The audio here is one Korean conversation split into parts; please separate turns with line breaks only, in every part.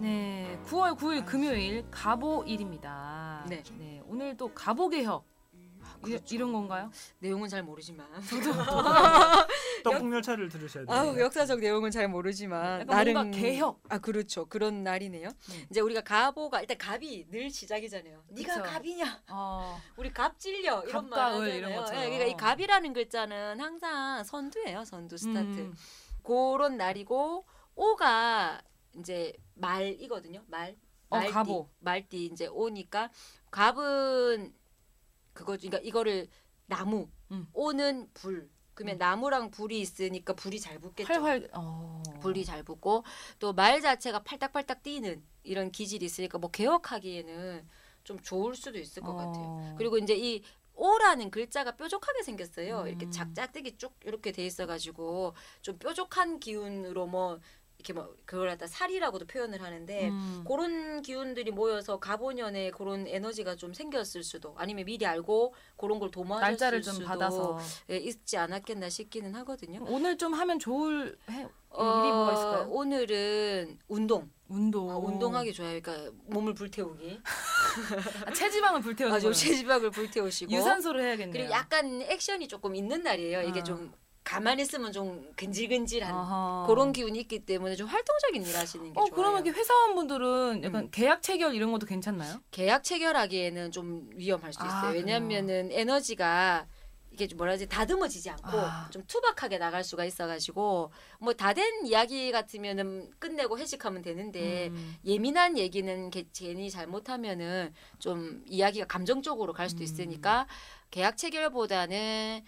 네, 9월 9일 금요일 가보일입니다.
네.
오늘 또 가보 개혁 이-
그렇죠.
이런 건가요?
내용은 잘 모르지만
떡국열차를 들으셔야 돼요.
아우 역사적 내용은 잘 모르지만
약간
아, 나름
뭔가 개혁.
아 그렇죠 그런 날이네요.
음.
이제 우리가 가보가 일단 갑이 늘 시작이잖아요. 네가
그쵸.
갑이냐?
어,
우리 갑질려
갑가을
이런 말 하잖아요.
이런 것처럼.
예, 그러니까 이 갑이라는 글자는 항상 선두예요. 선두 스타트.
음,
그런 날이고 오가 이제 말이거든요. 말
어,
말띠
갑오.
말띠 이제 오니까 갑은 그거 그러니까 이거를 나무
음.
오는 불 그러면
음.
나무랑 불이 있으니까 불이 잘 붙겠죠.
활활 어.
불이 잘 붙고 또 말 자체가 팔딱팔딱 뛰는 이런 기질이 있으니까 뭐 개혁하기에는 좀 좋을 수도 있을 것 같아요.
어.
그리고 이제 이 오라는 글자가 뾰족하게 생겼어요.
음.
이렇게 작작뜨기 쭉 이렇게 돼 있어가지고 좀 뾰족한 기운으로 뭐 이렇게 뭐 그걸 갖다 살이라고도 표현을 하는데
음.
그런 기운들이 모여서 가보년에 그런 에너지가 좀 생겼을 수도 아니면 미리 알고 그런 걸 도모하셨을
날짜를 좀
수도
받아서
예, 있지 않았겠나 싶기는 하거든요. 어,
오늘 좀 하면 좋을 해, 음, 일이 뭐가 있을까요?
오늘은 운동.
운동
아, 운동하기 좋아요. 그러니까 몸을 불태우기.
아, 체지방을 불태우는
아주
거예요.
체지방을 불태우시고.
유산소를 해야겠네요.
그리고 약간 액션이 조금 있는 날이에요. 이게
아.
좀 가만히 있으면 좀 근질근질한
아하.
그런 기운이 있기 때문에 좀 활동적인 일 하시는 게
어
좋아요. 음.
그러면 이렇게 회사원분들은 약간 계약 체결 이런 것도 괜찮나요?
계약 체결하기에는 좀 위험할 수 있어요.
아,
왜냐하면은 에너지가 이게 좀 뭐라 하지 다듬어지지 않고
아.
좀 투박하게 나갈 수가 있어가지고 뭐 다 된 이야기 같으면은 끝내고 회식하면 되는데
음.
예민한 얘기는 개- 괜히 잘못하면은 좀 이야기가 감정적으로 갈 수도
음.
있으니까 계약 체결보다는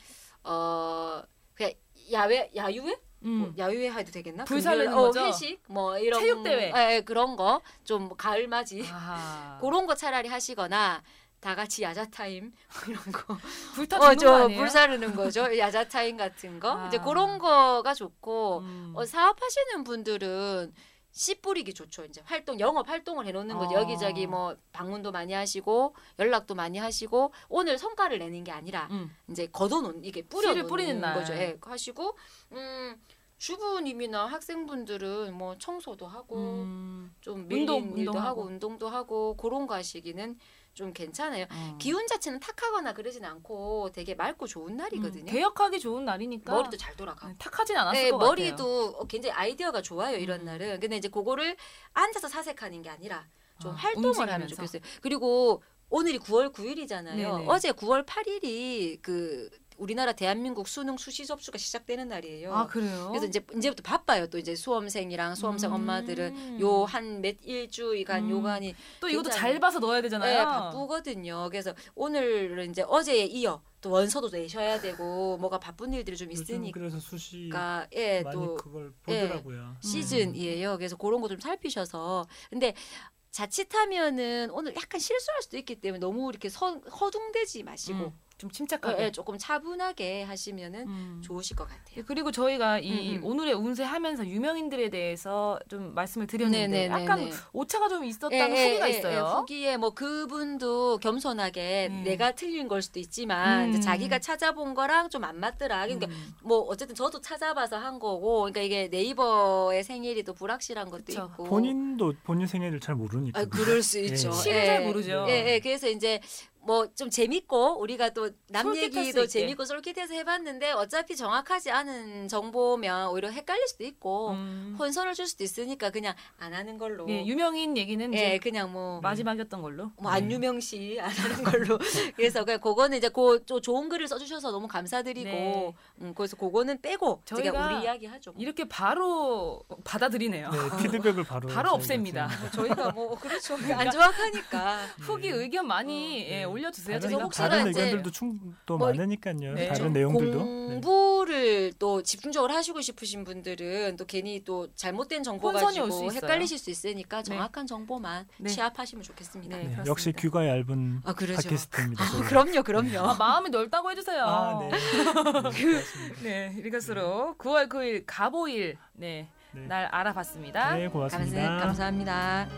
어 그냥 야외 야유회 뭐
음.
야유회 해도 되겠나?
불사르는
금요일- 어,
거죠?
회식 뭐 이런
체육대회.
예, 예, 그런 거 좀 가을 맞이
아하.
네. 그런 거 차라리 하시거나 다 같이 야자 타임 뭐 이런 거.
불타 죽는 거 아니에요?
어, 불사르는 거죠. 야자 타임 같은 거.
아.
이제 그런 거가 좋고
음.
어, 사업하시는 분들은 씨 뿌리기 좋죠. 이제 활동 영업 활동을 해놓는 거죠.
어.
여기저기 뭐 방문도 많이 하시고 연락도 많이 하시고 오늘 성과를 내는 게 아니라
음.
이제 걷어놓은 이게 뿌려
씨를 뿌리는 날.
거죠. 예, 하시고 음. 주부님이나 학생분들은 뭐 청소도 하고
음.
좀 밀린
운동,
일도
운동하고.
하고 운동도 하고 그런 거 하시기는 좀 괜찮아요.
어.
기운 자체는 탁하거나 그러진 않고 되게 맑고 좋은 날이거든요.
음, 개혁하기 좋은 날이니까
머리도 잘 돌아가고.
네, 탁하진 않았을
네,
것 같아요.
머리도 어, 굉장히 아이디어가 좋아요 이런
음.
날은 근데 이제 그거를 앉아서 사색하는 게 아니라 좀
아,
활동을 하면
움직이면서.
좋겠어요 그리고 오늘이 9월 9일이잖아요
네네.
어제 9월 8일이 그 우리나라 대한민국 수능 수시 접수가 시작되는 날이에요
아 그래요?
그래서 이제 이제부터 바빠요 또 이제 수험생이랑 수험생
음.
엄마들은 요 한 몇 일주일간
음.
요간이
또 이것도
굉장히-
잘 봐서 넣어야 되잖아요.
네, 바쁘거든요. 그래서 오늘은 이제 어제에 이어 또 원서도 내셔야 되고 뭐가 바쁜 일들이 좀
요즘
있으니까
그래서 수시
예,
많이
또
그걸 보더라고요.
음.
시즌이에요. 그래서 그런 거 좀 살피셔서 근데 자칫하면은 오늘 약간 실수할 수도 있기 때문에 너무 이렇게 서, 허둥대지 마시고
음, 좀
어,
침착하게.
예, 조금 차분하게 하시면은
음.
좋으실 것 같아요.
그리고 저희가 이
음, 음.
오늘의 운세 하면서 유명인들에 대해서 좀 말씀을 드렸는데
네네네네.
약간 오차가 좀 있었다는
예,
후기가
예, 예,
있어요.
예, 후기에 뭐 그분도 겸손하게
음.
내가 틀린 걸 수도 있지만 이제
음.
자기가 찾아본 거랑 좀 안 맞더라. 그러니까
음,
뭐 어쨌든 저도 찾아봐서 한 거고, 그러니까 이게 네이버의 생일이 또 불확실한 것도
그쵸. 네.
있고.
본인도 본인 생애를 잘 모르니까.
뭐 아, 그럴 수
예.
있죠.
시를
예.
잘 모르죠.
예, 예. 그래서 이제 뭐 좀 재밌고 우리가 또 남
솔깃할 수
얘기도
있게.
재밌고 솔깃해서 해봤는데 어차피 정확하지 않은 정보면 오히려 헷갈릴 수도 있고
음.
혼선을 줄 수도 있으니까 그냥 안 하는 걸로.
예, 음. 유명인 얘기는
예,
이제
그냥 뭐.
마지막이었던 걸로.
뭐 안유명 씨 안 하는 걸로 그래서 그냥 그거는 이제 그 조- 좋은 글을 써주셔서 너무 감사드리고
네.
음, 그래서 그거는 빼고 저희가
저희가
우리 이야기 하죠. 뭐.
이렇게 바로 받아들이네요.
네, 피드백을 바로
바로
저희가
없앱니다.
드리는 거죠.
저희가 뭐 그렇죠
그러니까
안 정확하니까
후기 의견 많이
네.
예, 올려주세요.
다른,
저희가
혹시나
다른
이제
의견들도 충또
뭐
많으니까요.
네.
다른 내용들도. 네.
공부를 또 집중적으로 하시고 싶으신 분들은 또 괜히 또 잘못된 정보
혼선이 올수
가지고
있어요.
헷갈리실 수 있으니까
네.
정확한 정보만
네.
취합하시면 좋겠습니다.
네,
네,
그렇습니다.
역시 귀가 네, 얇은
아 그러죠.
팟캐스트입니다.
아,
저희가.
그럼요, 그럼요.
마음이 넓다고 해주세요.
아, 네. 네, 고맙습니다.
네, 이것으로 9월 9일 가보일 네
네.
날 알아봤습니다.
네, 고맙습니다.
감사- 감사합니다.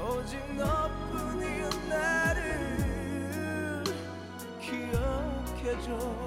오직 너뿐인 나를 기억해줘